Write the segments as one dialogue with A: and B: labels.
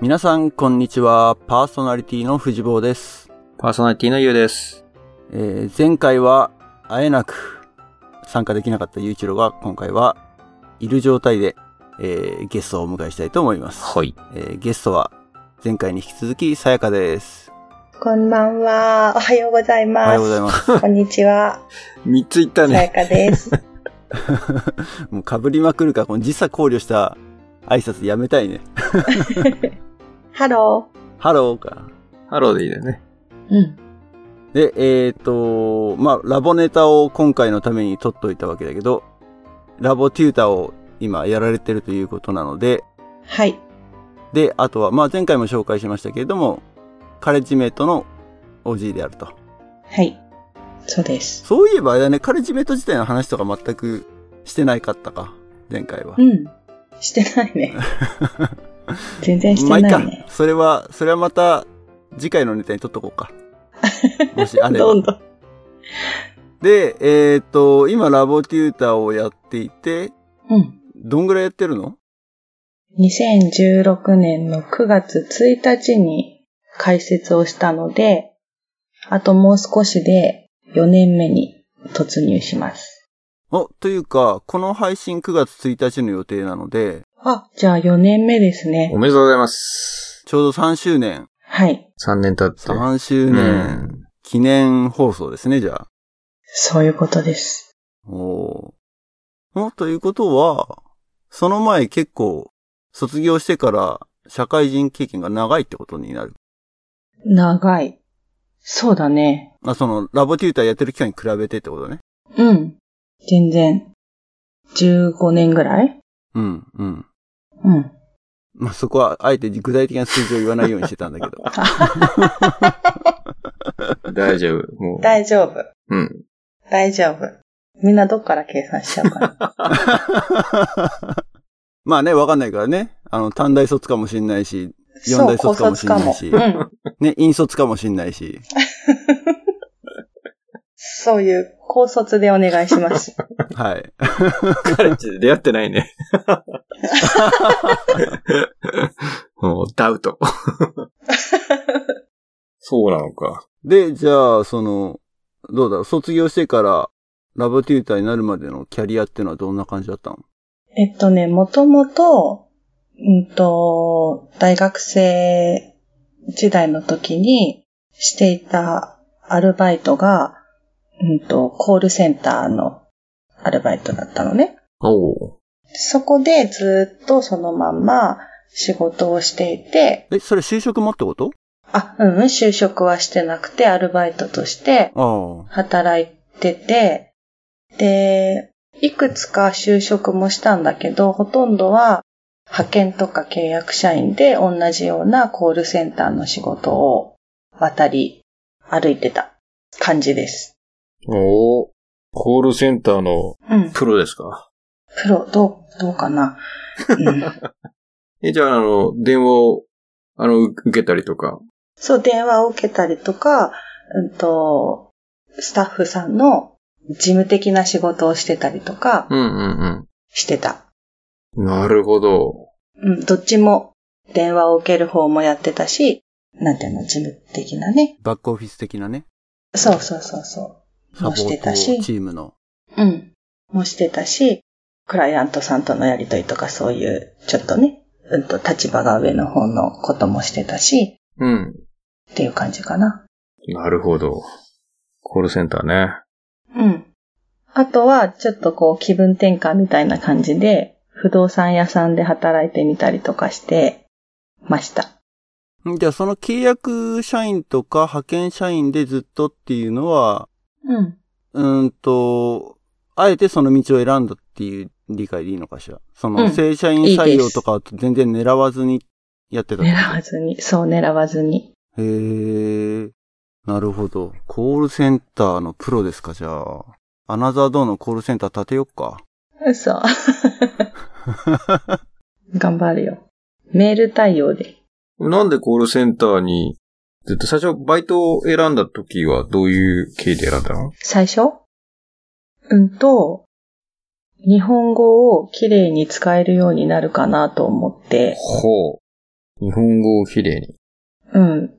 A: 皆さん、こんにちは。パーソナリティの藤坊です。
B: パーソナリティのゆうです。
A: えー前回は、会えなく参加できなかった雄一郎が、今回は、いる状態で、えーゲストをお迎えしたいと思います。
B: はい。
A: えーゲストは、前回に引き続き、さやかです。
C: こんばんは。おはようござい
A: お
C: ます。
A: はようございます。
C: こんにちは。
B: 三ついった
C: さや
B: ね。
C: かです。
A: もう被りまくるから、この時差考慮した挨拶やめたいね。
C: ハロ
A: ハローか。
B: ハローでいいだよね。
C: ー。うん。
A: で、えっ、と、まあ、ラボネタを今回のために取っといたわけだけど、ラボテューターを今やられてるということなので、
C: はい。
A: で、あとは、まあ、前回も紹介しましたけれども、カレッジメイトの OG であると。
C: はい。そうです。
A: そういえばあれだね、カレッジメイト自体の話とか全くしてないかったか、前回は
C: う。ん。してないね。全然して
A: まあ、いい
C: な
A: か
C: いね。。
A: それは、それはまた次回のネタに取っとこう か。もしあれば。
C: どんどん。
A: で、えっ、と、今ラボテューターをやっていて、
C: うん。
A: どんぐらいやってるの
C: 2016年の9月1日に開設をしたので、あともう少しで4年目に突入します。
A: お、というか、この配信9月1日の予定なので、
C: あ、じゃあ4年目ですね
B: お。めでとうございます。
A: ちょうど3周年。
C: はい。
B: 3年経って。
A: 3周
B: う
A: 年
B: ん。
A: 記念放送ですね、じゃ
C: そういうことです。
A: あ。おーお。ということは、その前結構、卒業してから社会人経験が長いってことになる。
C: 長い。そうだね。
A: あ、その、ラボテューターやってる期間に比べてってことね。
C: うん。全然。15年ぐらい
A: うん、うん。
C: うん。
A: まあ、そこは、あえて具体的な数字を言わないようにしてたんだけど。
B: 大丈夫。もう。
C: 大丈夫。
B: うん。
C: 大丈夫。みんなどっから計算しちゃうかな。
A: まあね、わかんないからね。あの、短大卒かもしんないし、 四
C: そ
A: 大
C: う、高
A: 卒かもしれな
C: 卒か
A: い
C: も。
A: し
C: うん。
A: ね、引率かもしんないし。
C: そういう、高卒でお願いします。
A: はい。
B: カレッジで出会ってない ね。もう、ダウト。そうなのか。
A: で、じゃあ、その、どうだろう、卒業してから、ラボテューターになるまでのキャリアっていうのはどんな感じだったの
C: えっとね、もともと、うんと、大学生時代の時にしていたアルバイトが、うんと、コールセンターのアルバイトだったのね。
B: おう
C: そこでずっとそのまんま仕事をしていて、
A: え、それ就職もってこと
C: あ、うん、就職はしてなくてアルバイトとして
A: あ
C: 働いてて、で、いくつか就職もしたんだけど、ほとんどは派遣とか契約社員で同じようなコールセンターの仕事を渡り歩いてた感じです。
B: おおコールセンターの
C: うん。
B: プロですか
C: プロ、どう、どうかな。うん
B: え、じゃあ、あの、電話を、あの、受けたりとか。
C: そう、電話を受けたりとか、うんと、スタッフさんの事務的な仕事をしてたりとか
B: うんうん
C: してた。
B: うん。なるほど。
C: うん、どっちも電話を受ける方もやってたし、なんていうの、事務的なね。
A: バックオフィス的なね、
C: そうそうそうそう。
A: サポ
C: もして
A: ート
C: たし、
A: チームの。
C: うん。もしてたし、クライアントさんとのやりとりとかそういう、ちょっとね、うんと、立場が上の方のこともしてたし、
B: うん。
C: っていう感じかな。
B: なるほど。コールセンターね。
C: うん。あとは、ちょっとこう、気分転換みたいな感じで、不動産屋さんで働いてみたりとかしてました。
A: んじゃあ、その契約社員とか派遣社員でずっとっていうのは、
C: うん。
A: うーんと、あえてその道を選んだっていう理解でいいのかしら。そうの、
C: ん
A: 正社員
C: いいです
A: 採用とかと全然狙わずにやってたってこと
C: 狙わずに、そう狙わずに。
A: へえ、なるほど。コールセンターのプロですか、じゃあ。アナザードアのコールセンター立てよっか。
C: 嘘。 頑張るよ。メール対応で。
B: なんでコールセンターに、ずっと最初バイトを選んだ時はどういう経緯で選んだの
C: 最初うんと、日本語をきれいに使えるようになるかなと思って、
B: ほう。日本語をきれいに。
C: うん、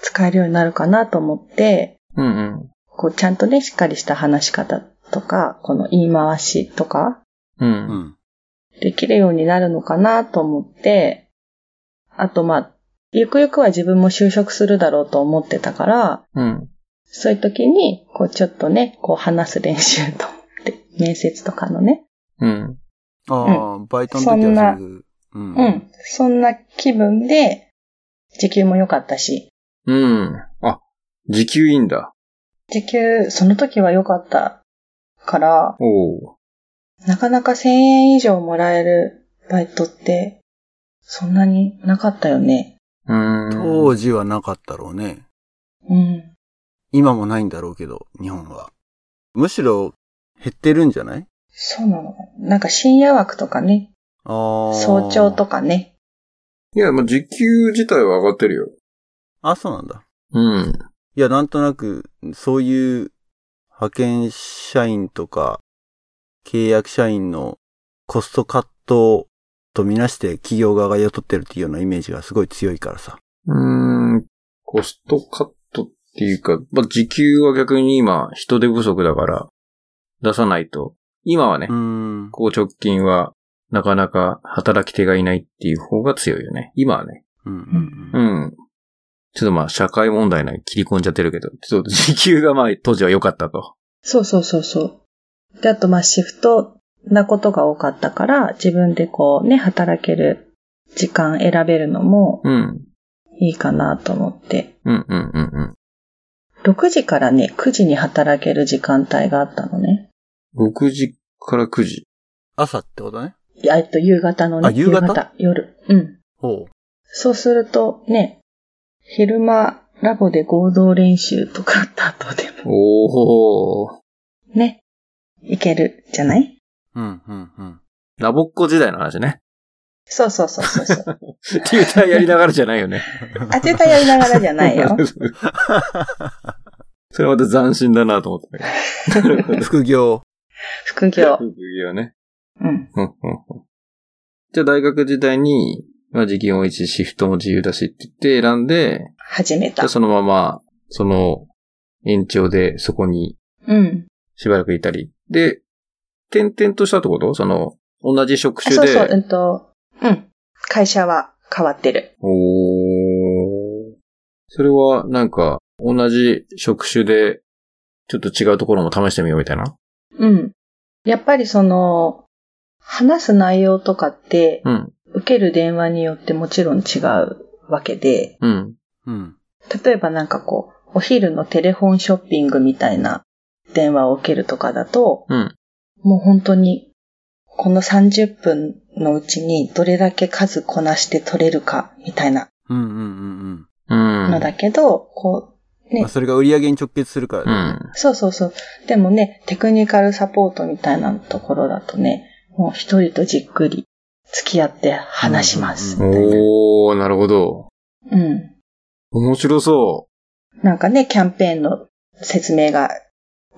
C: 使えるようになるかなと思って、
B: うんうん。
C: こうちゃんとね、しっかりした話し方とか、この言い回しとか、
B: う。
A: うんん。
C: できるようになるのかなと思って、あとまあ、ゆくゆくは自分も就職するだろうと思ってたから、
B: うん。
C: そういう時に、こうちょっとね、こう話す練習と思って、面接とかのね。
B: うん。
A: ああ、バイトの時はそういう。うん
C: うん。そんな気分で、時給も良かったし、
B: うん。あ、時給いいんだ。
C: 時給、その時は良かったから、
B: おう。
C: なかなか1000円以上もらえるバイトって、そんなになかったよね。
B: うーん。
A: 当時はなかったろうね。
C: うん。
A: 今もないんだろうけど、日本は。むしろ減ってるんじゃない
C: そうなの。なんか深夜枠とかね、
A: ああ。
C: 早朝とかね。
B: いや、まあ、時給自体は上がってるよ。
A: あ、そうなんだ。
B: うん。
A: いや、なんとなく、そういう派遣社員とか、契約社員のコストカットとみなして企業側が雇ってるっていうようなイメージがすごい強いからさ。
B: うーん。コストカットっていうか、まあ、時給は逆に今、人手不足だから、出さないと。今はね、
A: うーん。
B: こう直近は、なかなか働き手がいないっていう方が強いよね。今はね。
A: うん。う。
B: うんん。ちょっとまあ、社会問題なり切り込んじゃってるけど、ちょっと時給がまあ、当時は良かったと。
C: そうそうそうそう。で、あとまあシフトなことが多かったから、自分でこうね、働ける時間選べるのも
B: うん。
C: いいかなと思って。
B: うん、うん、うん、うん。
C: 6時からね、9時に働ける時間帯があったのね。
B: 6時から9時。
A: 朝ってことね。
C: いやえっと、夕方のね。
A: あ夕方
C: 夜。うん。
A: ほ。
C: そうするとね、昼間、ラボで合同練習とかあった後でも
B: おー。
C: ね、いけるじゃない
A: う
C: う
A: ん、うん、うん。
B: ラボっ子時代の話ね。
C: そうそうそうそうそう。
B: テューターやりながらじゃないよね。
C: あ、絶対やりながらじゃない よ。
B: それまた斬新だなと思ったけど。なるほど。
A: 副業。
C: 副業。
B: いよね。
C: うん。
B: うんうんうんじゃあ大学時代に、まあ時給も一シフトも自由だしって言って選んで、
C: 始め
B: じゃ
C: た
B: あ。そのまま、その延長でそこに
C: うん。
B: しばらくいたり。で、転々としたってことその、同じ職
C: あ
B: 種
C: そう
B: で。
C: そう、うんと、うん。会社は変わってる。
B: おー。それは、なんか、同じ職種で、ちょっと違うところも試してみようみたいな。
C: うん。やっぱりその、話す内容とかって、
B: うん。
C: 受ける電話によってもちろん違うわけで、
B: うん。
A: うん。
C: 例えばなんかこう、お昼のテレフォンショッピングみたいな電話を受けるとかだと、
B: うん。
C: もう本当に、この30分のうちにどれだけ数こなして取れるか、みたいな
A: うん、うん、うん、
B: うん。
C: のだけど、こう、
A: うん。
C: ね
A: まあ、、それが売り上げに直結するから
B: う
A: ね。
B: ん。
C: そうそうそう。でもね、テクニカルサポートみたいなところだとね、もう一人とじっくり付き合って話します。
A: うんうん
B: おー、なるほど。
C: うん。
B: 面白そ
C: なんかね、キャンペーンの説明が、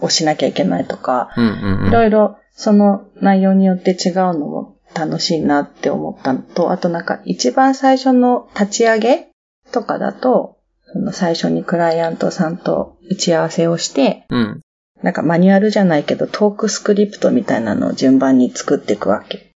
C: をしなきゃいけないとか、
B: う。うんうん
C: い
B: うん。
C: ろいろその内容によって違うのも楽しいなって思ったのと、あとなんか一番最初の立ち上げとかだと、その最初にクライアントさんと打ち合わせをして、
B: うん。
C: なんかマニュアルじゃないけどトークスクリプトみたいなのを順番に作っていくわけ。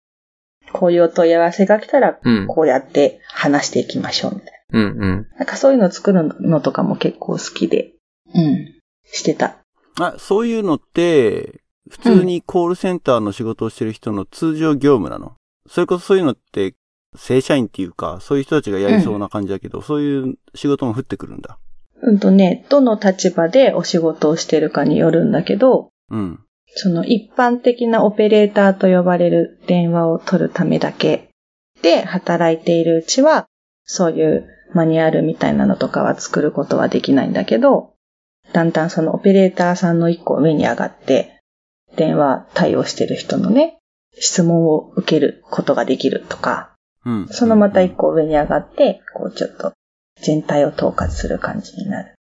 C: こういうお問い合わせが来たら、
B: うん。
C: こうやって話していきましょうみたい
B: うんうん。
C: な。なんかそういうの作るのとかも結構好きで、うん、してた。
A: あ、そういうのって、普通にコールセンターの仕事をしてる人の通常業務なの。それこそそういうのって、正社員っていうか、そういう人たちがやりそうな感じだけど、そういう仕事も降ってくるんだ。
C: うんとね、どの立場でお仕事をしてるかによるんだけど、
A: うん。
C: その一般的なオペレーターと呼ばれる電話を取るためだけで働いているうちは、そういうマニュアルみたいなのとかは作ることはできないんだけど、だんだんそのオペレーターさんの一個上に上がって、電話対応してる人のね、質問を受けることができるとか、
A: うん。
C: そのまた一個上に上がって、こうちょっと全体を統括する感じになる。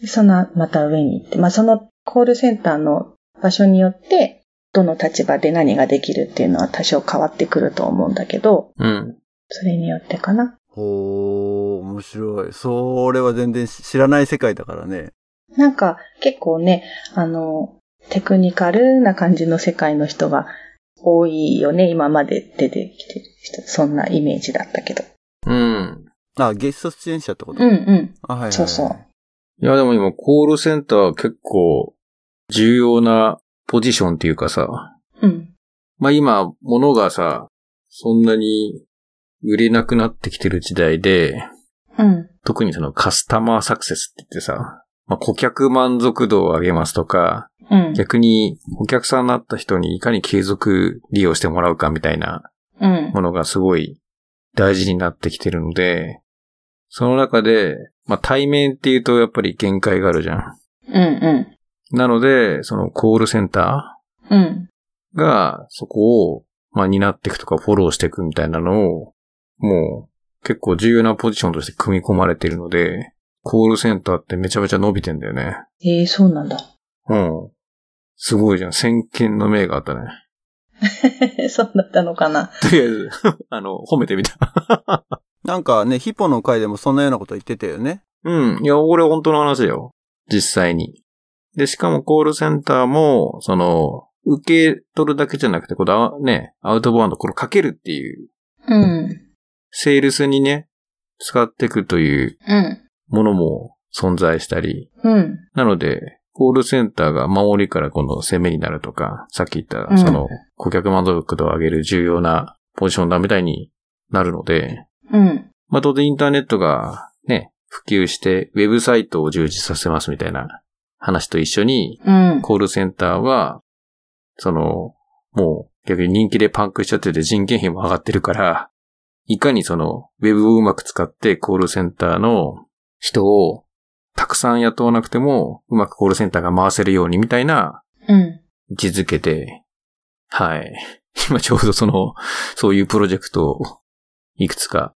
C: でそのまた上に行って、まあそのコールセンターの場所によって、どの立場で何ができるっていうのは多少変わってくると思うんだけど、
B: うん。
C: それによってかな。
A: ほー、面白い。それは全然し知らない世界だからね。
C: なんか結構ね、あの、テクニカルな感じの世界の人が多いよね。今まで出てきてる人。そんなイメージだったけど。
B: うん。
A: あ、ゲスト出演者ってこと、
C: うんうん。
A: あ、はいはいはい。
C: そうそう。
B: いや、でも今、コールセンター結構重要なポジションっていうかさ、
C: うん。
B: まあ今、物がさ、そんなに売れなくなってきてる時代で、
C: うん。
B: 特にそのカスタマーサクセスって言ってさ、まあ、顧客満足度を上げますとか、
C: うん。
B: 逆にお客さんになった人にいかに継続利用してもらうかみたいな
C: うん。
B: ものがすごい大事になってきてるので、その中で、まあ、対面っていうとやっぱり限界があるじゃん。
C: うんう
B: なので、そのコールセンタ
C: ん。うん。
B: ーがそこを、まあ、担っていくとかフォローしていくみたいなのを、もう結構重要なポジションとして組み込まれているので、コールセンターってめちゃめちゃ伸びてんだよね。
C: ええー、そうなんだ。
B: うん。すごいじゃん。先見の明があったね。
C: そうだったのかな。
B: とりあえず、 あの、褒めてみた。
A: なんかね、ヒポの回でもそんなようなこと言ってたよね。
B: うん。いや、これ本当の話だよ。実際に。で、しかもコールセンターも、その、受け取るだけじゃなくて、このあね、アウトボーンド、これかけるっていう、
C: うん。
B: セールスにね、使っていくという
C: うん。
B: ものも存在したり、
C: うん。
B: なので、コールセンターが守りからこの攻めになるとか、さっき言っ
C: う
B: た、
C: ん
B: その、顧客満足度を上げる重要なポジションだみたいになるので、
C: うん。
B: まあ、当然インターネットがね、普及して、ウェブサイトを充実させますみたいな話と一緒に、
C: うん。
B: コールセンターは、その、もう逆に人気でパンクしちゃってて人件費も上がってるから、いかにその、ウェブをうまく使ってコールセンターの人をたくさん雇わなくても、うまくコールセンターが回せるようにみたいな
C: うん。
B: 位置づけで、はい。 今ちょうどその、そういうプロジェクトをいくつか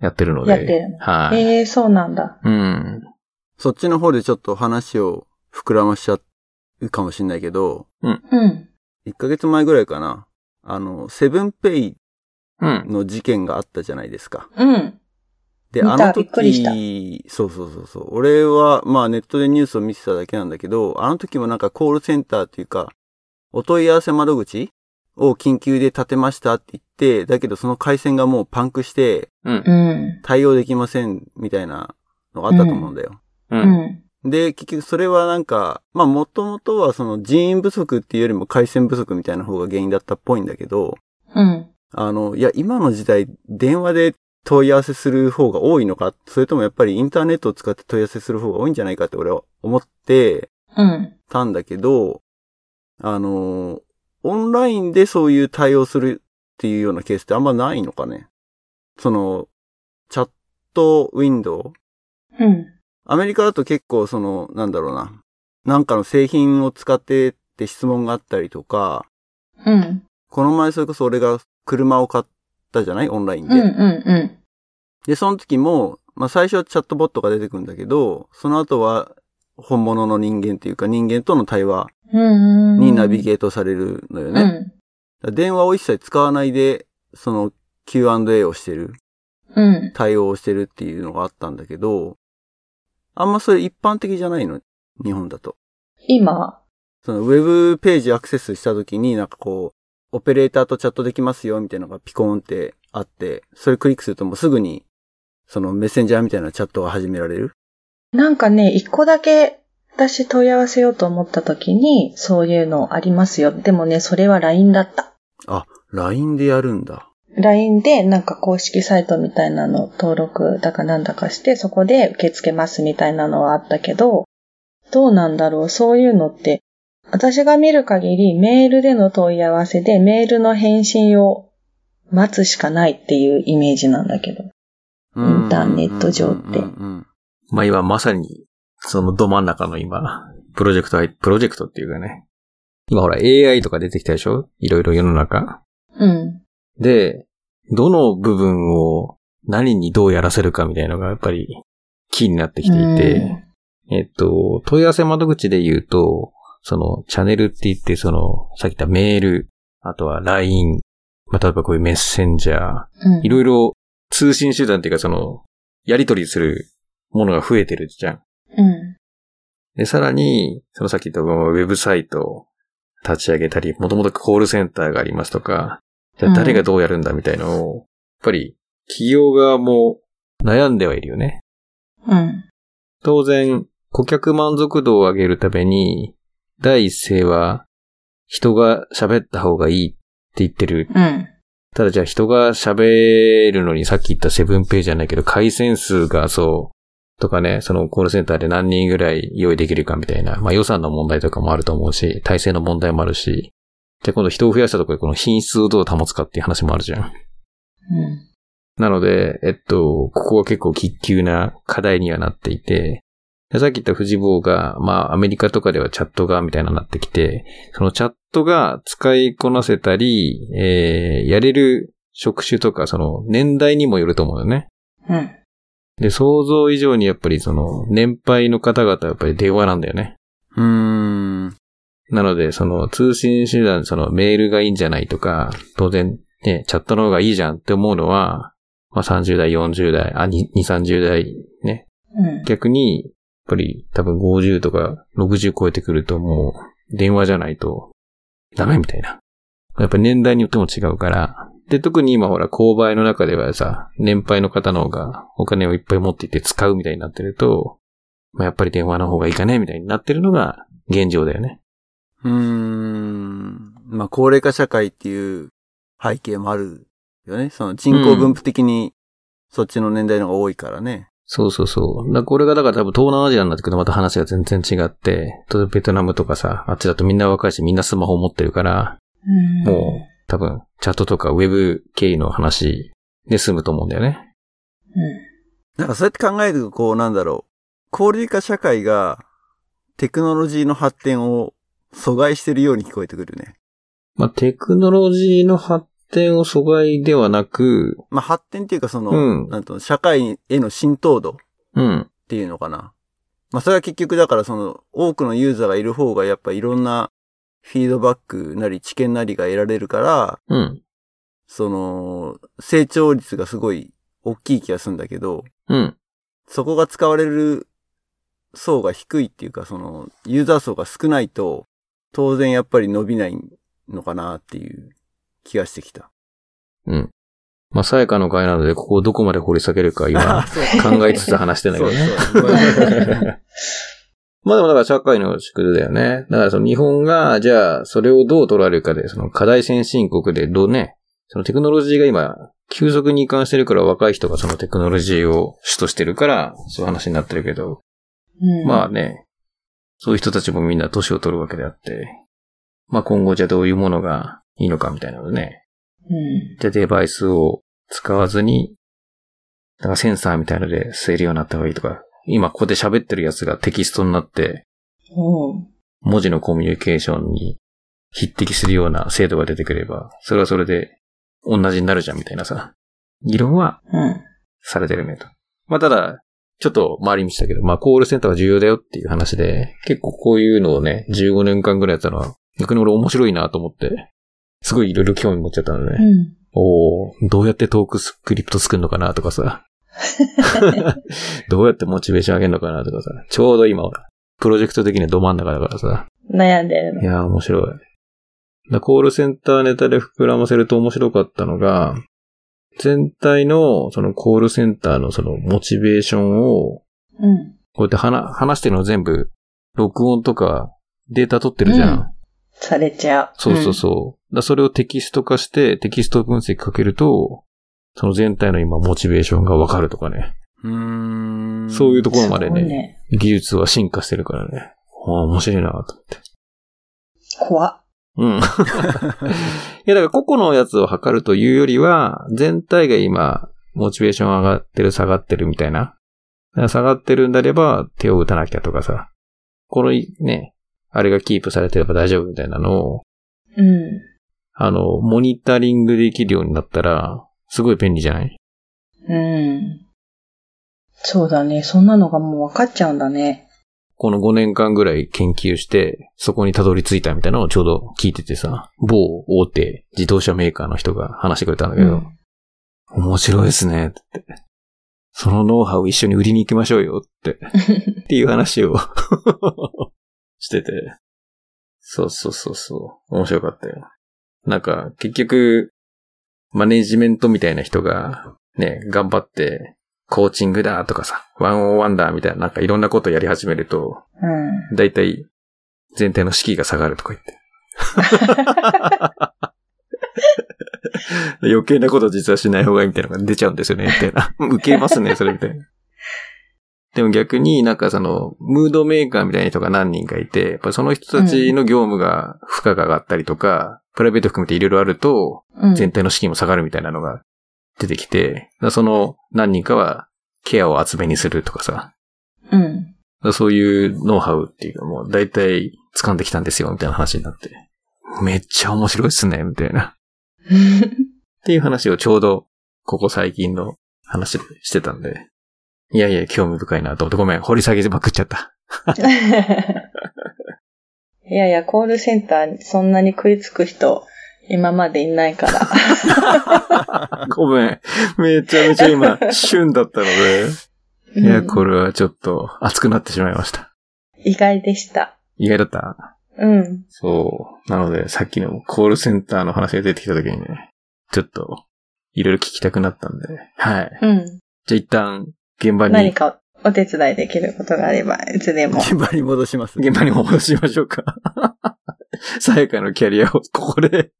B: やってるので。
C: やってるの
B: はい。
C: ええー、そうなんだ。
B: うん。
A: そっちの方でちょっと話を膨らましちゃうかもしんないけど、
C: うん。
A: 1ヶ月前ぐらいかな。あの、セブンペイ
B: うん。
A: の事件があったじゃないですか。
C: うん。
A: で、
C: 見た
A: あの
C: びっくりした
A: 時、そうそうそうそう。俺は、まあネットでニュースを見てただけなんだけど、あの時もなんかコールセンターというか、お問い合わせ窓口を緊急で立てましたって言って、だけどその回線がもうパンクして
B: うん。
C: うん。
A: 対応できませんみたいなのがあったと思うんだよ。
B: う。
C: うんん。
A: で、結局それはなんか、まあもともとはその人員不足っていうよりも回線不足みたいな方が原因だったっぽいんだけど、
C: うん。
A: あの、いや、今の時代、電話で問い合わせする方が多いのか、それともやっぱりインターネットを使って問い合わせする方が多いんじゃないかって俺は思って
C: うん。
A: たんだけど、あの、オンラインでそういう対応するっていうようなケースってあんまないのかね。その、チャットウィンドウ
C: うん。
A: アメリカだと結構その、なんだろうな。なんかの製品を使ってって質問があったりとか、
C: うん。
A: この前それこそ俺が車を買ったじゃないオンラインで。
C: うん。うん。
A: で、その時も、まあ最初はチャットボットが出てくるんだけど、その後は本物の人間っていうか人間との対話
C: うん。うん。
A: にナビゲートされるのよね。だから電話を一切使わないで、その Q&A をしてる、
C: うん。うん。
A: 対応をしてるっていうのがあったんだけど、あんまそれ一般的じゃないの、日本だと。
C: 今。
A: そのウェブページアクセスした時になんかこう、オペレーターとチャットできますよみたいなのがピコーンってあって、それクリックするともうすぐに、そのメッセンジャーみたいなチャットが始められる。
C: なんかね、一個だけ私問い合わせようと思った時に、そういうのありますよ。でもね、それは LINE だった。
A: LINE でやるんだ。
C: LINE でなんか公式サイトみたいなの登録だかなんだかして、そこで受け付けますみたいなのはあったけど、どうなんだろうそういうのって、私が見る限りメールでの問い合わせでメールの返信を待つしかないっていうイメージなんだけど。
A: イ
C: ンターネット上って
B: まあ今まさに、そのど真ん中の今、プロジェクトは、プロジェクトっていうかね。今ほら AI とか出てきたでしょいろいろ世の中。
C: うん。
B: で、どの部分を何にどうやらせるかみたいなのがやっぱりキーになってきていて。えっと、問い合わせ窓口で言うと、その、チャンネルって言って、その、さっき言ったメール、あとは LINE、まあ、例えばこういうメッセンジャー、
C: うん。
B: いろいろ通信手段っていうかその、やり取りするものが増えてるじゃん。
C: うん。
B: で、さらに、そのさっき言ったウェブサイトを立ち上げたり、もともとコールセンターがありますとか、じゃあ
C: うん
B: 誰がどうやるんだみたいのを、やっぱり企業側も悩んではいるよね。
C: うん。
B: 当然、顧客満足度を上げるために、第一声は人が喋った方がいいって言ってる。
C: うん。
B: ただじゃあ人が喋るのにさっき言ったセブンページじゃないけど、回線数がそう、とかね、そのコールセンターで何人ぐらい用意できるかみたいな、まあ予算の問題とかもあると思うし、体制の問題もあるし、じゃあ今度人を増やしたところでこの品質をどう保つかっていう話もあるじゃん。
C: うん。
B: なので、えっと、ここは結構緊急な課題にはなっていて、でさっき言った富士坊が、まあアメリカとかではチャットがみたいなのになってきて、そのチャットが使いこなせたり、えー、やれる職種とか、その年代にもよると思うよね。
C: うん。
B: で、想像以上にやっぱりその年配の方々はやっぱり電話なんだよね。
A: うーん。
B: なので、その通信手段、そのメールがいいんじゃないとか、当然ね、チャットの方がいいじゃんって思うのは、まあ30代、40代、あ、2、30代ね。
C: うん。
B: 逆に、やっぱり多分50とか60超えてくるともう電話じゃないとダメみたいな。やっぱ年代によっても違うから。で、特に今ほら、購買の中ではさ、年配の方の方がお金をいっぱい持っていて使うみたいになってると、まあ、やっぱり電話の方がいいかねみたいになってるのが現状だよね。
A: うーん。まあ、高齢化社会っていう背景もあるよね。その人口分布的にそっちの年代の方が多いからね。
B: そうそうそう。だこれがだから多分東南アジアになってくるとまた話が全然違って、とベトナムとかさ、あっちだとみんな若いしみんなスマホ持ってるから、
C: うん。
B: もう多分チャットとかウェブ経由の話で済むと思うんだよね。
C: う
A: なんかそうやって考えると、こうなんだろう。高齢化社会がテクノロジーの発展を阻害してるように聞こえてくるね。
B: まあ、テクノロジーの発展を阻害ではなく、
A: まあ、発展っていうかその、
B: うん
A: なんとも社会への浸透度っ
B: うん。
A: ていうのかな。まあ、それは結局だからその多くのユーザーがいる方がやっぱいろんなフィードバックなり知見なりが得られるから、
B: うん。
A: その、成長率がすごい大きい気がするんだけど、
B: うん。
A: そこが使われる層が低いっていうか、その、ユーザー層が少ないと、当然やっぱり伸びないのかなっていう気がしてきた。
B: うん。まあ、さやかの会なので、ここをどこまで掘り下げるか今
A: そう
B: 考えつつ話してんだけどね。
A: そう そう
B: まあでもだから社会の縮図だよね。だからその日本が、じゃあそれをどう捉えるかで、その課題先進国でどうね、そのテクノロジーが今、急速に移管してるから若い人がそのテクノロジーを主としてるから、そういう話になってるけど、
C: ん。
B: まあね、そういう人たちもみんな年を取るわけであって、まあ今後じゃあどういうものがいいのかみたいなのでね、
C: うん。
B: じゃあデバイスを使わずに、なんかセンサーみたいので吸えるようになった方がいいとか、今ここで喋ってるやつがテキストになって、
C: うん。
B: 文字のコミュニケーションに匹敵するような制度が出てくれば、それはそれで同じになるじゃんみたいなさ、議論は
C: うん。
B: されてるねと。まあただ、ちょっと回り道だけど、まあコールセンターは重要だよっていう話で、結構こういうのをね、15年間ぐらいやったのは、逆に俺面白いなと思って、すごいいろいろ興味持っちゃったの
C: う
B: ね。
C: ん。
B: おーどうやってトークスクリプト作るのかなとかさ、どうやってモチベーション上げるのかなとかさ、ちょうど今ほら、プロジェクト的にはど真ん中だからさ、
C: 悩んでる
B: い
C: の。
B: やー、面白い。だコールセンターネタで膨らませると面白かったのが、全体の、そのコールセンターのそのモチベーションを、
C: うん。
B: こうやって話、話してるの全部、録音とか、データ取ってるじゃん。
C: うんされちゃう。
B: そうそうそう。だそれをテキスト化して、テキスト分析かけると、その全体の今、モチベーションがわかるとかね。
A: うーん。
B: そういうと
C: う
B: こ
C: ん。
B: ろまです
C: ごい
B: ね、
C: ね。
B: 技術は進化してるからね。あー面白いなと思って。
C: 怖っ。
B: うん。 いや、だから個々のやつを測るというよりは、全体が今、モチベーション上がってる、下がってるみたいな。だから下がってるんだれば、手を打たなきゃとかさ。このいね、あれがキープされてれば大丈夫みたいなのを、
C: うん。
B: あの、モニタリングできるようになったら、すごい便利じゃない
C: うん。そうだね。そんなのがもう分かっちゃうんだね。
B: この5年間ぐらい研究して、そこにたどり着いたみたいなのをちょうど聞いててさ、某大手自動車メーカーの人が話してくれたんだけど、
C: うん
B: 面白いですね、って。そのノウハウ一緒に売りに行きましょうよ、って。っていう話を してて。そうそうそうそう。面白かったよ。なんか、結局、マネジメントみたいな人が、ね、頑張って、コーチングだとかさ、ワンオンワンだみたいな、なんかいろんなことやり始めると、
C: うん。
B: だいたい全体の士気が下がるとか言 って。余計なこと実はしない方がいいみたいなのが出ちゃうんですよね、みたいな。 受けますね、それみたいな。でも逆になんかその、ムードメーカーみたいな人が何人かいて、やっぱその人たちの業務が、負荷が上がったりとか、プライベート含めていろいろあると、
C: うん。
B: 全体の資金も下がるみたいなのが出てきて、だからその何人かはケアを厚めにするとかさ、
C: うん。
B: そういうノウハウっていうかもう大体掴んできたんですよ、みたいな話になって。めっちゃ面白いっすね、みたいな。っていう話をちょうど、ここ最近の話でしてたんで。いやいや、興味深いなと思って、ごめん、掘り下げまくっちゃった。
C: いやいや、コールセンターにそんなに食いつく人、今までいないから。
B: ごめん。めちゃめちゃ今、旬だったので。 いや、
C: うん
B: これはちょっと熱くなってしまいました。
C: 意外でした。
B: 意外だった
C: うん。
B: そう。なので、さっきのコールセンターの話が出てきた時にね、ちょっと、いろいろ聞きたくなったんで、はい。
C: うん。
B: じゃあ一旦、現場に
C: 何、かお手伝いできることがあれば、いつでも。
A: 現場に戻します。
B: 現場に戻しましょうか。 さやかのキャリアをここ で、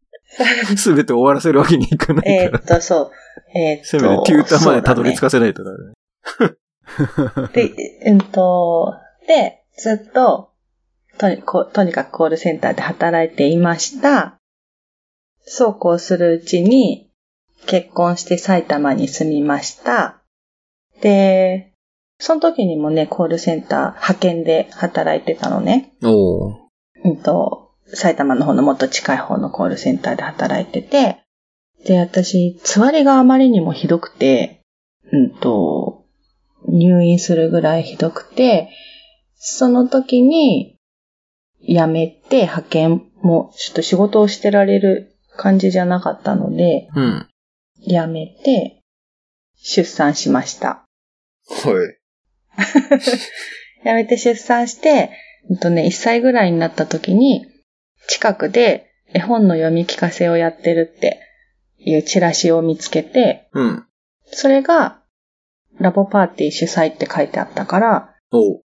B: すべて終わらせるわけにいかな
C: え
B: いから。
C: ーっと、そう。えーっと。
B: せめてテューターまでたどり着
C: か
B: かせないとだね。
C: で、うんと、で、ずっと、とにこうとにかくコールセンターで働いていました。そうこうするうちに、結婚して埼玉に住みました。で、その時にもね、コールセンター派遣で働いてたのね。
B: おー
C: うんと、埼玉の方のもっと近い方のコールセンターで働いてて、で、私、つわりがあまりにもひどくて、うんと、入院するぐらいひどくて、その時に、辞めて派遣も、ちょっと仕事をしてられる感じじゃなかったので、
B: うん。
C: 辞めて、出産しました。
B: はい。
C: やめて出産して、うんとね、1歳ぐらいになった時に、近くで絵本の読み聞かせをやってるっていうチラシを見つけて、
B: うん。
C: それが、ラボパーティー主催って書いてあったから、
B: おう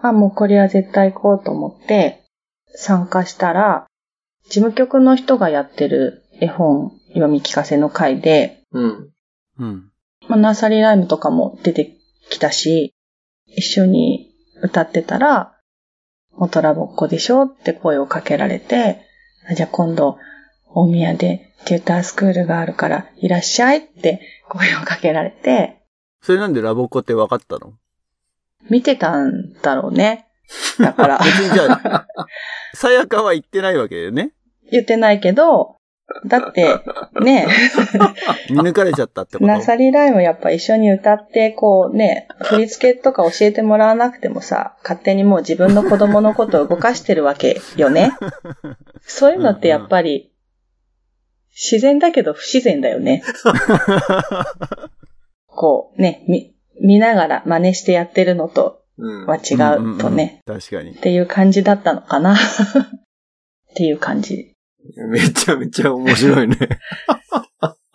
C: あ、もうこれは絶対行こうと思って、参加したら、事務局の人がやってる絵本読み聞かせの会で、
B: うん。
A: うん。
C: まあ、ナーサリーライムとかも出てきたし、一緒に歌ってたら、元ラボっ子でしょって声をかけられて、あじゃあ今度、大宮でテュータースクールがあるからいらっしゃいって声をかけられて、
A: それなんでラボコって分かったの
C: 見てたんだろうね。だから、
A: 別にじゃあ、さやかは言ってないわけだよね。
C: 言ってないけど、だって、ね、
A: 見抜かれちゃったってこと。
C: ナーサリーライムやっぱ一緒に歌って、こうね、振り付けとか教えてもらわなくてもさ、勝手にもう自分の子供のことを動かしてるわけ よね。そういうのってやっぱり、自然だけど不自然だよね。こうね、見、見ながら真似してやってるのと
B: うん。
C: は違うとね、っ
A: うんうんうん。確かに。
C: ていう感じだったのかな。 っていう感じ。
B: めちゃめちゃ面白いね。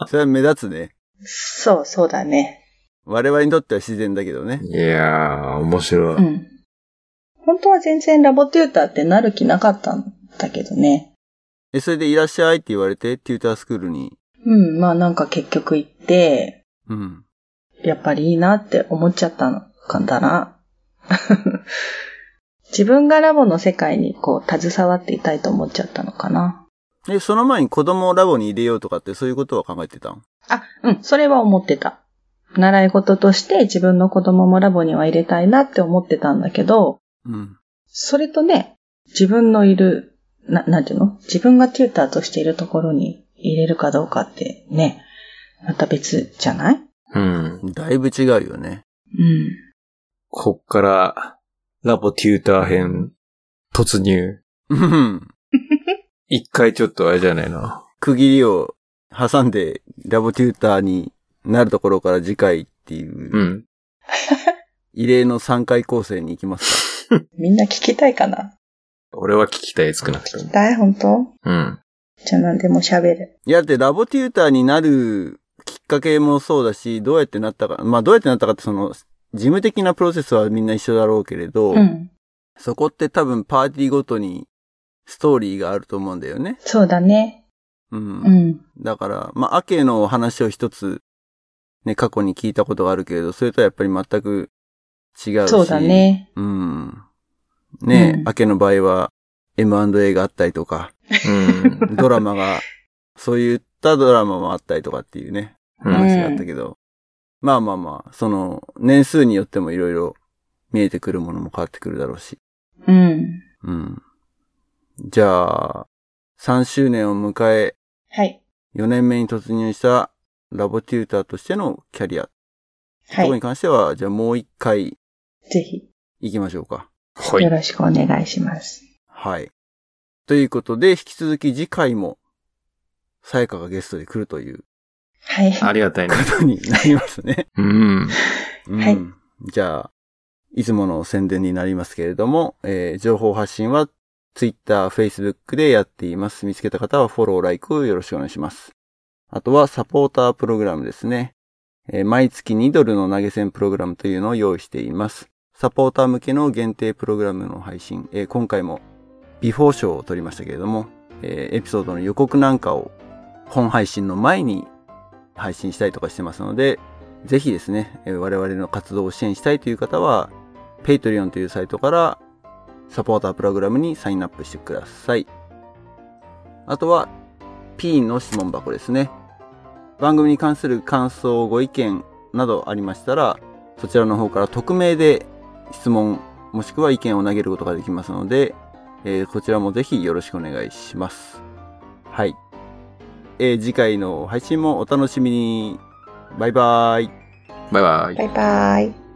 A: それは目立つね。
C: そう、そうだね。
A: 我々にとっては自然だけどね。
B: いやー、面白
C: う。ん。本当は全然ラボテューターってなる気なかったんだけどね。
A: え、それでいらっしゃいって言われて、テュータースクールに。
C: うん、まあなんか結局行って、
A: うん。
C: やっぱりいいなって思っちゃったのかだな。 自分がラボの世界にこう携わっていたいと思っちゃったのかな。
A: え、その前に子供をラボに入れようとかってそういうことは考えてたん
C: あ、うん、それは思ってた。習い事として自分の子供もラボには入れたいなって思ってたんだけど、
A: うん。
C: それとね、自分のいる、な、なんていうの自分がテューターとしているところに入れるかどうかってね、また別じゃない
B: うん。
A: だいぶ違うよね。
C: うん。
B: こっから、ラボテューター編、突入。
A: うん。
B: 一回ちょっとあれじゃないな。
A: 区切りを挟んで、ラボテューターになるところから次回っていう、
B: うん。
A: 異例の3回構成に行きますか。
C: みんな聞きたいかな
B: 俺は聞きたい、少なくと
C: 聞き
B: も。
C: たい本当
B: うん。
C: じゃあ何でも喋る。
A: いや、だってラボテューターになるきっかけもそうだし、どうやってなったか、まあどうやってなったかってその、事務的なプロセスはみんな一緒だろうけれど、
C: うん。
A: そこって多分パーティーごとにストーリーがあると思うんだよね。
C: そうだね。
A: うん。
C: うん。
A: だから、まあ、アケの話を一つ、ね、過去に聞いたことがあるけれど、それとはやっぱり全く違うし。
C: そうだ。ね。
A: うん。ね、
C: うん
A: アケの場合は M&A があったりとか、
B: うん。
A: ドラマが、そういったドラマもあったりとかっていうね、
B: う
C: う
B: ん。
C: ん
A: 話があったけど、まあまあまあ、その、年数によってもいろいろ見えてくるものも変わってくるだろうし。
C: うん。
A: うん。じゃあ、3周年を迎え、
C: はい。
A: 4年目に突入したラボテューターとしてのキャリア。
C: は
A: ここに
C: い。
A: 関しては、じゃあもう一回
C: ぜひ、
A: 行きましょうか。
B: は
C: よ
B: い。
C: ろしくお願いします。
A: はい。ということで、引き続き次回も、さやかがゲストで来るという
C: はい。
B: ありがたいね。
A: ことになりますね。
B: うん。
A: うん
C: はい
A: じゃあ、いつもの宣伝になりますけれども、えー情報発信は Twitter、Facebook でやっています。見つけた方はフォロー、ライクをよろしくお願いします。あとはサポータープログラムですね。えー毎月2ドルの投げ銭プログラムというのを用意しています。サポーター向けの限定プログラムの配信、えー今回もビフォー賞を取りましたけれども、えーエピソードの予告なんかを本配信の前に配信したりとかしてますので、ぜひですね、えー我々の活動を支援したいという方は、Patreon というサイトからサポータープログラムにサインアップしてください。あとは、P の質問箱ですね。番組に関する感想、ご意見などありましたら、そちらの方から匿名で質問、もしくは意見を投げることができますので、えーこちらもぜひよろしくお願いします。はい。えー次回の配信もお楽しみに。バイバイ。
B: バイバイ
C: バ。イバイ。